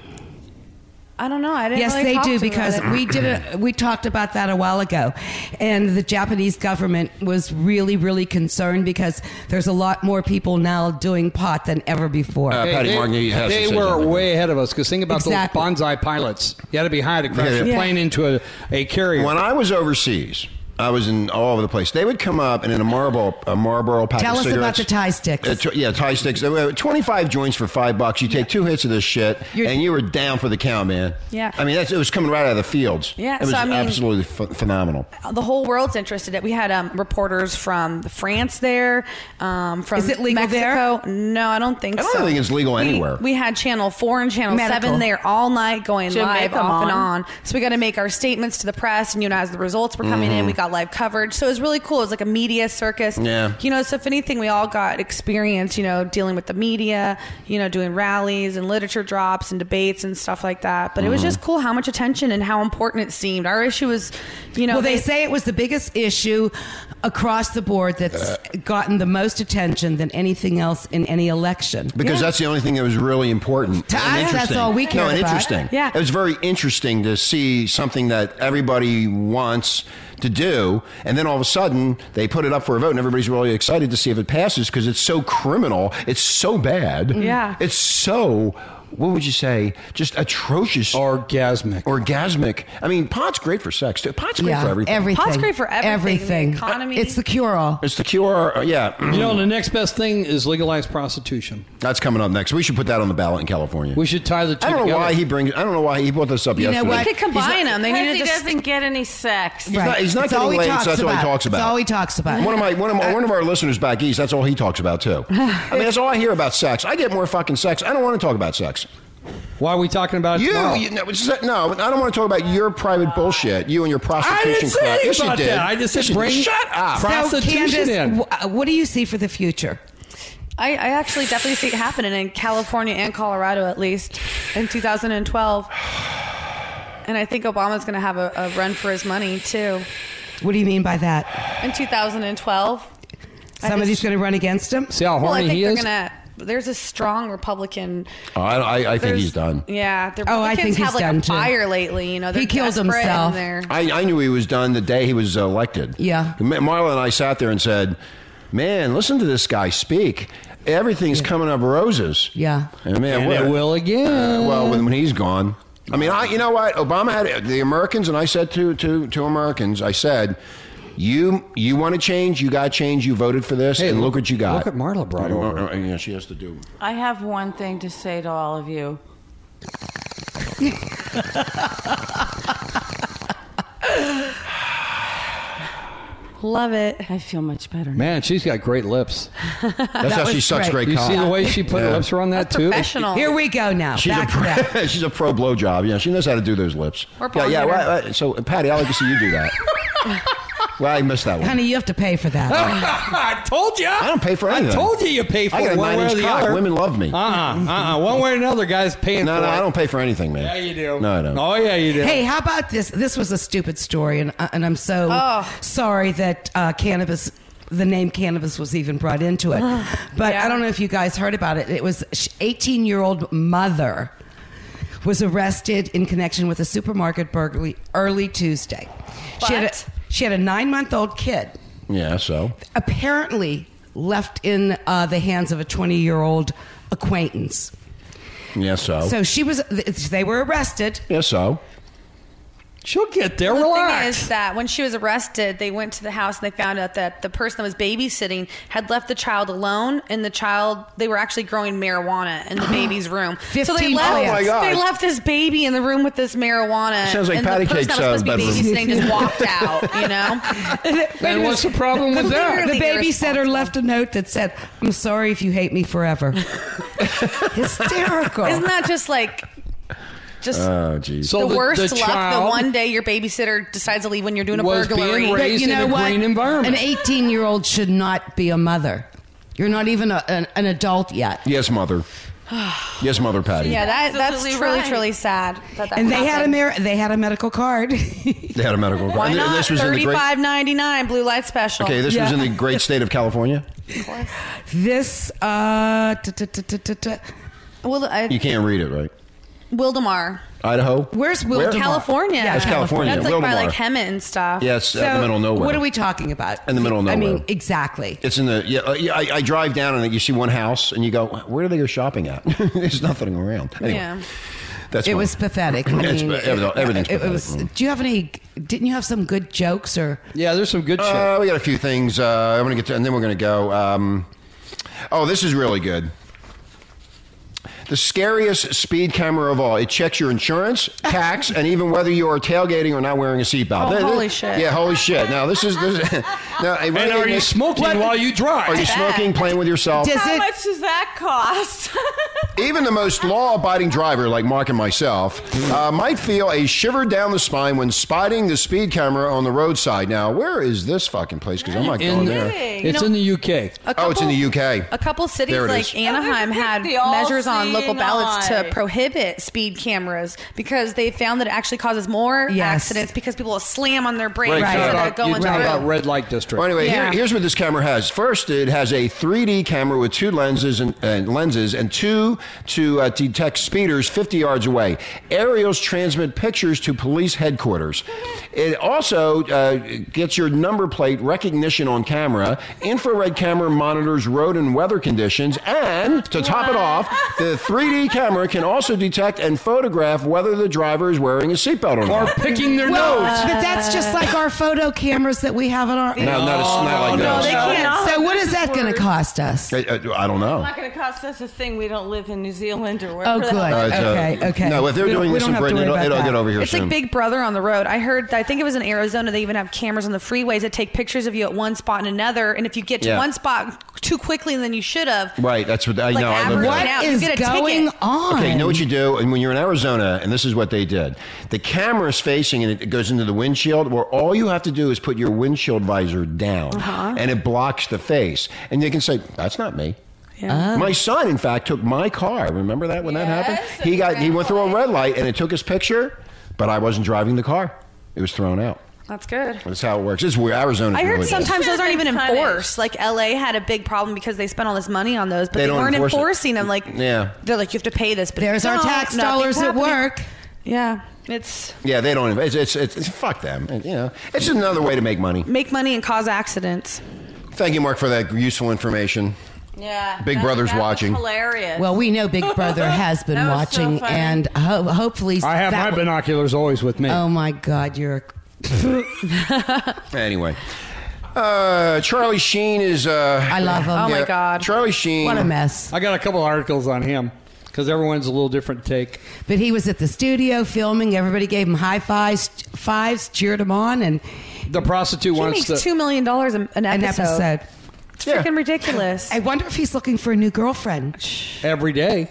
I don't know. I didn't. Yes, really they talk do to them about because it. we did a, we talked about that a while ago, and the Japanese government was really really concerned because there's a lot more people now doing pot than ever before. Uh, Patty they, Martin has to they say were something. way ahead of us because think about Exactly. those bonsai pilots. You had to be high to crash Yeah. your Yeah. plane into a, a carrier. When I was overseas, I was in all over the place. They would come up and in a Marlboro, a Marlboro pack Tell of us about cigarettes. the tie sticks. Uh, tw- yeah, tie sticks. Twenty-five joints for five bucks. You take two hits of this shit, You're- and you were down for the count, man. Yeah. I mean, that's, it was coming right out of the fields. Yeah, it was so I mean- absolutely ph- phenomenal. the whole world's interested. in it. We had um, reporters from France there, um, from Is it legal Mexico. No, I don't think I don't so. think it's legal We- anywhere. We had Channel Four and Channel Medical. Seven there all night, going Jamaica live off and on. on. So we got to make our statements to the press, and you know, as the results were coming in, we got live coverage. So it was really cool. It was like a media circus. Mm-hmm. Yeah. You know, so if anything, we all got experience. You know, dealing with the media. You know, doing rallies and literature drops and debates and stuff like that. But it Mm-hmm. was just cool how much attention and how important it seemed. Our issue was, you know, well, they, say it was the biggest issue across the board that's Uh, gotten the most attention than anything else in any election. Because that's the only thing that was really important. To and us, that's interesting. all we No, cared and about. interesting. Yeah. it was very interesting to see something that everybody wants to do, and then all of a sudden they put it up for a vote, and everybody's really excited to see if it passes because it's so criminal, it's so bad, Mm-hmm. Yeah. it's so. What would you say? Just atrocious, Orgasmic. orgasmic. I mean, pot's great for sex too. Pot's great for everything. Uh, everything. Pot's great for everything, the economy. It's the cure all. It's the cure. uh, Yeah, you know, the next best thing is legalize prostitution. that's coming up next. We should put that on the ballot in California. We should tie the two I don't know together. why he brings. I don't know why he brought this up You know yesterday. what? They could combine them. They Because need to he just. doesn't get any sex. He's not, he's not It's getting all he laid, so talks that's all he about. talks about. It's all he talks about. Uh, One of my one of my, one of our listeners back east. That's all he talks about too. I mean, that's all I hear about sex. I get more fucking sex. I don't want to talk about sex. Why are we talking about it You, tomorrow? you no, it's just- no, I don't want to talk about your private bullshit. You and your I prostitution didn't say crap. anything Yes, you about did. that. I just Yes, said you did. bring Shut up. so, prostitution Candace, in. w- uh, what do you see for the future? I, I actually definitely see it happening in California and Colorado at least in 2012. And I think Obama's going to have a, a run for his money too What do you mean by that? in 2012. I Somebody's just- going to run against him? See how well, I horny think he they're is. going to. There's a strong Republican. Oh, I, I, I think there's- he's done. Yeah, the Republicans Oh, I think have he's like done, a too. fire lately. You know, they're He killed desperate and himself. they're- I, I knew he was done the day he was uh, elected. Yeah. Ma- Marla and I sat there and said, "Man, listen to this guy speak. Everything's coming up roses." Yeah. And man, And what it a- will again. Uh, well, when, when he's gone. I mean, I you know what Obama had uh, the Americans, and I said to to to Americans, I said. You you want to change? You got change. You voted for this, Hey, and look what you got. look what Marla brought Uh, over. uh, Yeah, she has to do. I have one thing to say to all of you. Love it. I feel much better. Man, she's got great lips. That's That how she was sucks great. great You see cock. the way she put Yeah. her lips around that too? Oh. Here we go now. She's a, Back to that. pro, she's a pro blowjob. Yeah, she knows how to do those lips. Or yeah, yeah. blowjob. Right, right. So, Patty, I like to see you do that. well, I missed that one. Honey, you have to pay for that. I told you. I don't pay for anything. I told you you pay for I got a it one way or nine-inch the cock. other. Women love me. Uh uh-uh, uh. One way or another, guy's paying No, for no, it. I don't pay for anything, man. Yeah, you do. No, I don't. Oh, yeah, you do. Hey, how about this? This was a stupid story, and uh, and I'm so sorry that uh, cannabis. The name cannabis was even brought into it, but I don't know if you guys heard about it. It was 18 year old mother was arrested in connection with a supermarket burglary early Tuesday. She had a, she had a nine month old kid Yeah, so apparently left in uh, the hands of a 20 year old acquaintance. yeah, so So she was. th- They were arrested. yeah, so She'll get there. The Relax. thing is that when she was arrested, they went to the house and they found out that the person that was babysitting had left the child alone, and the child they were actually growing marijuana in the baby's room. so they 15 left, plants. Oh my God. they left this baby in the room with this marijuana. Sounds like and patty the person cakes, that was supposed uh, to be bedroom. babysitting just walked out. You know, And what's the problem with that? The babysitter left a note that said, "I'm sorry if you hate me forever." Hysterical. isn't that just like just? oh, geez. So the, worst luck, the child- one day your babysitter decides to leave when you're doing a was being burglary. raised- But you in know a what? green environment. An 18 year old should not be a mother. You're not even a, an, an adult yet. yes, mother. yes, mother, Patty. yeah, that, that's Absolutely truly, right. truly sad. That that And they had a happened. mer- they had a medical card. They had a medical. Why and th- not? This was in the great. Thirty-five ninety-nine blue light special. Okay, this was Yeah. in the great state of California. this uh, t- t- t- t- t- t- Will, uh, You can't read it, right? Wildemar, Idaho. where's Will? Where? California. Yeah, That's California. That's like by Wildemar. like Hemet and stuff. Yes, out in the middle of nowhere. What are we talking about? In the middle of I mean, nowhere. exactly. It's in the yeah. uh, yeah I, I drive down and you see one house and you go, where do they go shopping at? There's nothing around. Anyway, Yeah. that's It my- was pathetic. I It's- mean, everything- everything's it, it was. pathetic. Mm. Do you have any? Didn't you have some good jokes or? Yeah, there's some good Uh, we got a few things. Uh, I'm gonna get to, and then we're gonna go. Um, oh, this is really good. The scariest speed camera of all. It checks your insurance, tax, and even whether you are tailgating or not wearing a seatbelt. Oh, This- holy this- shit. Yeah, holy shit. Now this is this. now, a shit. And are you renegade- smoking What- while you drive? Are you smoking? Playing with yourself? Does How it? much does that cost? Even the most law abiding driver, like Mark and myself, uh, might feel a shiver down the spine when spotting the speed camera on the roadside. Now, where is this fucking place? Because I'm not going in there. It's You in the UK. A Oh, it's in couple- the UK. A couple cities There it is. like Anaheim had The all measures on local seeing ballots eye. to prohibit speed cameras because they found that it actually causes more Yes. accidents because people will slam on their brakes Right. instead Shout of out- you going talk through. about red light district. Well, anyway, here, Yeah. here's what this camera has. First, it has a 3D camera with two lenses and, and lenses and two to uh, detect speeders 50 yards away. Aerials transmit pictures to police headquarters. It also uh, gets your number plate recognition on camera. Infrared camera monitors road and weather conditions, and to top it off, the 3D camera can also detect and photograph whether the driver is wearing a seatbelt or Or not. picking their Well, nose. but that's just like our photo cameras that we have on our. No, not, a, not like No, this. Oh, they can't. So what is that going to cost us? I- I- I don't know. not going to cost us a thing. We don't live in New Zealand or Oh, wherever. good. No, it's, uh, okay, okay. No, if they're We don't- doing we this don't in have to Britain, worry it'll, about it'll that. get over here It's soon. like Big Brother on the road. I heard, I think it was in Arizona, they even have cameras on the freeways that take pictures of you at one spot and another. And if you get to Yeah. one spot too quickly than you should have, right, that's what I Like know. I looked average at it it. out. What You is get a going ticket. on? Okay, you know what you do? And when you're in Arizona, and this is what they did the camera's facing and it goes into the windshield, where all you have to do is put your windshield visor down Uh-huh. and it blocks the face. And they can say, That's not me. Oh. My son, in fact, took my car. Remember that when that happened? He got he went through a red light and it took his picture, but I wasn't driving the car. It was thrown out. that's good. That's how it works. This is where Arizona. I heard really does. sometimes those aren't even Should've been enforced. Like LA had a big problem because they spent all this money on those, but They they, don't weren't enforce it. enforcing them. Like Yeah. they're like you have to pay this. But There's our no, tax nothing's dollars at happening. work. Yeah, it's Yeah, they don't. It's it's, it's, it's fuck them. And, you know, it's just another way to make money. make money and cause accidents. Thank you, Mark, for that useful information. Yeah. Big That- Brother's that was watching. Hilarious. Well, we know Big Brother has been That was so watching, funny. and ho- hopefully, I have that my binoculars always with me. Oh my God, you're. a- Anyway. Uh, Charlie Sheen is. Uh, I love him. Oh, my God. Charlie Sheen. What a mess. I got a couple articles on him because everyone's a little different take. but he was at the studio filming. Everybody gave him high fives, fives, cheered him on, and the prostitute He makes two million dollars an episode. an episode. It's freaking ridiculous. I wonder if he's looking for a new girlfriend. every day.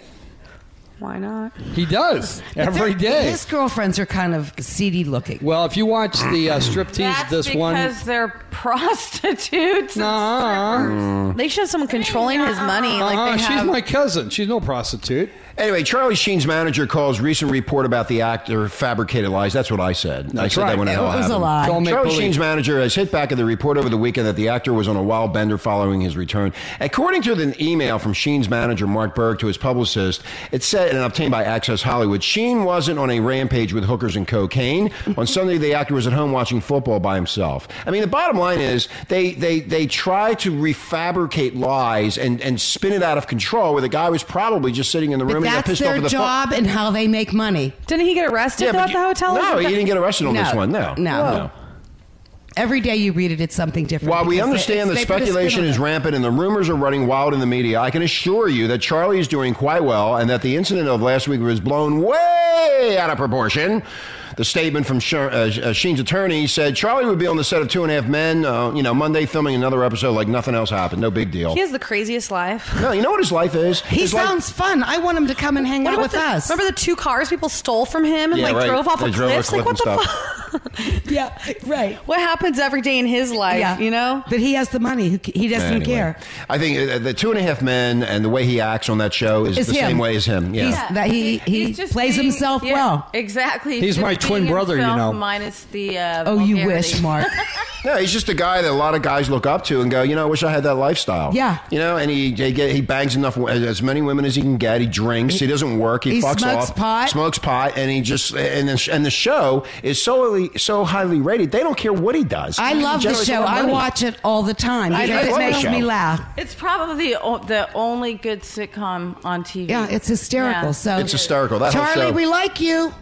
Why not? He does every day. His girlfriends are kind of seedy looking. Well, if you watch the uh, striptease, That's this because one. they're prostitutes. Nuh-uh. They should have someone controlling his money. Uh-uh, Uh-huh. Like they she's have. my cousin. She's no prostitute. Anyway, Charlie Sheen's manager calls recent report about the actor fabricated lies. That's what I said. I That's said that right. when It hell was a happened. lie. Don't make Charlie believe. Sheen's manager has hit back at the report over the weekend that the actor was on a wild bender following his return. According to an email from Sheen's manager Mark Berg to his publicist, it said and obtained by Access Hollywood, Sheen wasn't on a rampage with hookers and cocaine. on Sunday, the actor was at home watching football by himself. I mean, the bottom line is they they they try to refabricate lies and and spin it out of control. Where the guy was probably just sitting in the room and got That's pissed off their at the phone. job and how they make money. Didn't he get arrested Yeah, though but at the you- hotel? No, he didn't get arrested on No, this one. No, no. Every day you read it, it's something different. While we because they- understand that they put a spin speculation on it. is rampant and the rumors are running wild in the media, I can assure you that Charlie is doing quite well and that the incident of last week was blown way out of proportion. The statement from Sh- uh, Sh- uh, Sheen's attorney said Charlie would be on the set of Two and a Half Men, uh, you know, Monday filming another episode like nothing else happened. No big deal. He has the craziest life. no, you know what his life is? He His life- sounds fun. I want him to come and hang What out about with the- us. Remember the two cars people stole from him and Yeah, like right. drove off They of drove a cliffs? like cliff what and the stuff. fuck? yeah, right. What happens every day in his life? You know. But he has the money. Who c- He doesn't Anyway. care. I think uh, the Two and a Half Men and the way he acts on that show is It's the same him. way as him. Yeah. He's, that he he He's just plays being- himself yeah, well. Exactly. He's just my twin being brother, you himself know. Minus the. Uh, Oh, you vulgarity. wish, Mark. No, he's just a guy that a lot of guys look up to and go, you know, I wish I had that lifestyle. Yeah. You know, and he he, get, he bangs enough as many women as he can get. He drinks. He, doesn't work. He, he fucks smokes off. pot. Smokes pot, and he just and the, and the show is so highly- so highly rated. They don't care what he does. I He love the generates a show. lot of I money. watch it all the time. I love because it the makes show. me laugh. It's probably o- the only good sitcom on TV. Yeah, it's hysterical. Yeah. So It's hysterical. That whole Charlie, show- we like you.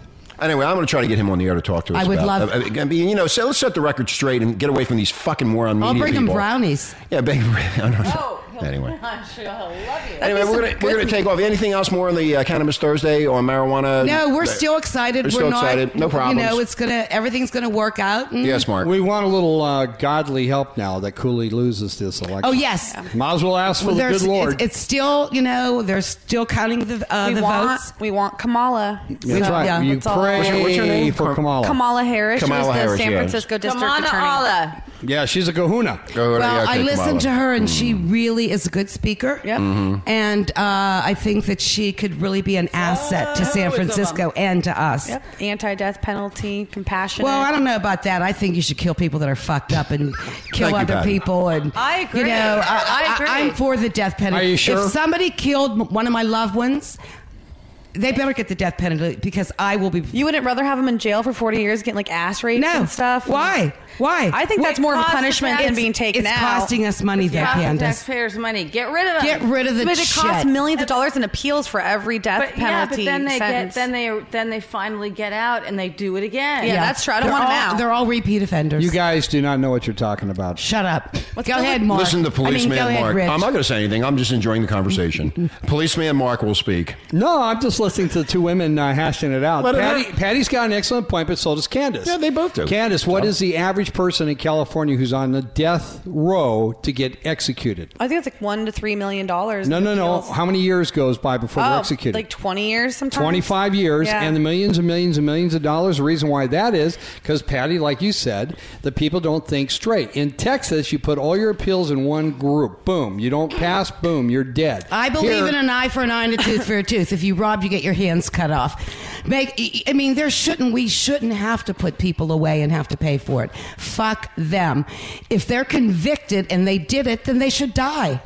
Anyway, I'm going to try to get him on the air to talk to us. I would about- love- I mean, you know, so let's set the record straight and get away from these fucking moron I'll media bring him people. brownies. Yeah, big. I don't know. Oh, anyway. Oh, I'm sure he'll love you. Anyway, we're gonna we're gonna take off. Anything else more on the uh, Cannabis Thursday on marijuana? No, we're Uh, still excited. We're still not, excited. No problems. You know, it's gonna everything's gonna work out. and- Yes, Mark. We want a little uh, godly help now that Cooley loses this election. Oh yes. Might as well ask for Well, the there's- good Lord. It's, it's still, you know, they're still counting the uh, we the want votes. we want Kamala. That's right. You that's all. pray What's her- what's her name? for Kamala. Kamala Harris. Kamala she was Harris, the San yeah. Francisco District Kamala Attorney. Allah. yeah, she's a kahuna. Well, I listened to her, and she really is a good speaker. Yep. Mhm. And uh, I think that she could really be an asset Oh, to San Francisco and to us. Yep. Anti-death penalty, compassionate. Well, I don't know about that. I think you should kill people that are fucked up and Thank kill you, other Patty. people. And I You agree. know, I, I I, agree. am for the death penalty. Are you sure? If somebody killed m- one of my loved ones, they better get the death penalty because I will be. You wouldn't rather have him in jail for 40 years getting like ass raped No. and stuff? Why? Why? I think that's more of a punishment than being taken it's out. costing us money, though, Cost the Candace. taxpayers' money. Get rid of them. Get rid of the but it costs shit. millions of dollars in appeals for every death But yeah, but penalty then they get sentence. then they then they finally get out and they do it again. Yeah, that's true. I don't They're want him all- out. They're all repeat offenders. You guys do not know what you're talking about. Shut up. go going ahead, Mark. Listen to I mean, policeman go ahead, Mark. Rich. I'm not going to say anything. I'm just enjoying the conversation. policeman Mark will speak. No, I'm just listening to the two women uh, hashing it out. Let it Patty, out. Patty's got an excellent point, but so does Candace. Yeah, they both do. Candace, what is the average person in California who's on the death row to get executed? I think it's like one to three million dollars. No, in no, no. appeals. How many years goes by before they're Oh, executed? like 20 years sometimes. 25 years Yeah. and the millions and millions and millions of dollars. The reason why that is because, Patty, like you said, the people don't think straight. In Texas, you put all your appeals in one group. Boom. You don't pass. Boom. You're dead. I believe Here- in an eye for an eye and a tooth for a tooth. If you rob, you get your hands cut off. Make, I mean, there shouldn't, we shouldn't have to put people away and have to pay for it. Fuck them. If they're convicted and they did it, then they should die.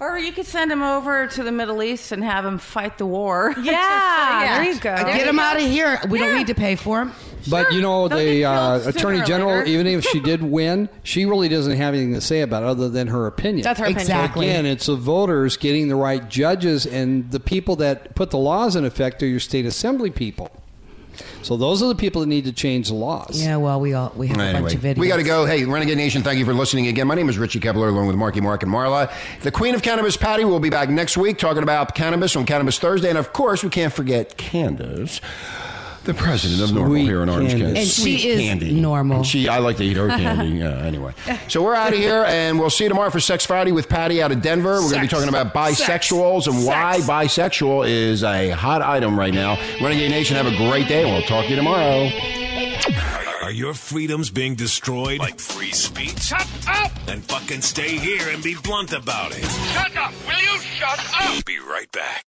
Or you could send them over to the Middle East and have them fight the war. Yeah, there you go. Get them out of here. We don't need to pay for them. But you know, They'll the get uh, killed attorney sooner or general, later. even if she did win, she really doesn't have anything to say about it other than her opinion. That's her opinion. Exactly. Again, it's the voters getting the right judges and the people that put the laws in effect are your state assembly people. So those are the people that need to change the laws. Yeah, well, we all we have a bunch of Anyway, videos. we got to go. Hey, Renegade Nation, thank you for listening again. My name is Richie Kepler, along with Marky Mark and Marla. The Queen of Cannabis, Patty, will be back next week talking about cannabis on Cannabis Thursday. And of course, we can't forget Candace, the president of Normal here in Orange Candace. County. And she Sweet is normal. And she, I like to eat her candy. Yeah, anyway. So we're out of here, and we'll see you tomorrow for Sex Friday with Patty out of Denver. We're going to be Sex. talking about bisexuals and why bisexual is a hot item right now. Renegade Nation, have a great day, and we'll talk to you tomorrow. Are your freedoms being destroyed? Like free speech? Shut up! Then fucking stay here and be blunt about it. Shut up! Will you shut up? Be right back.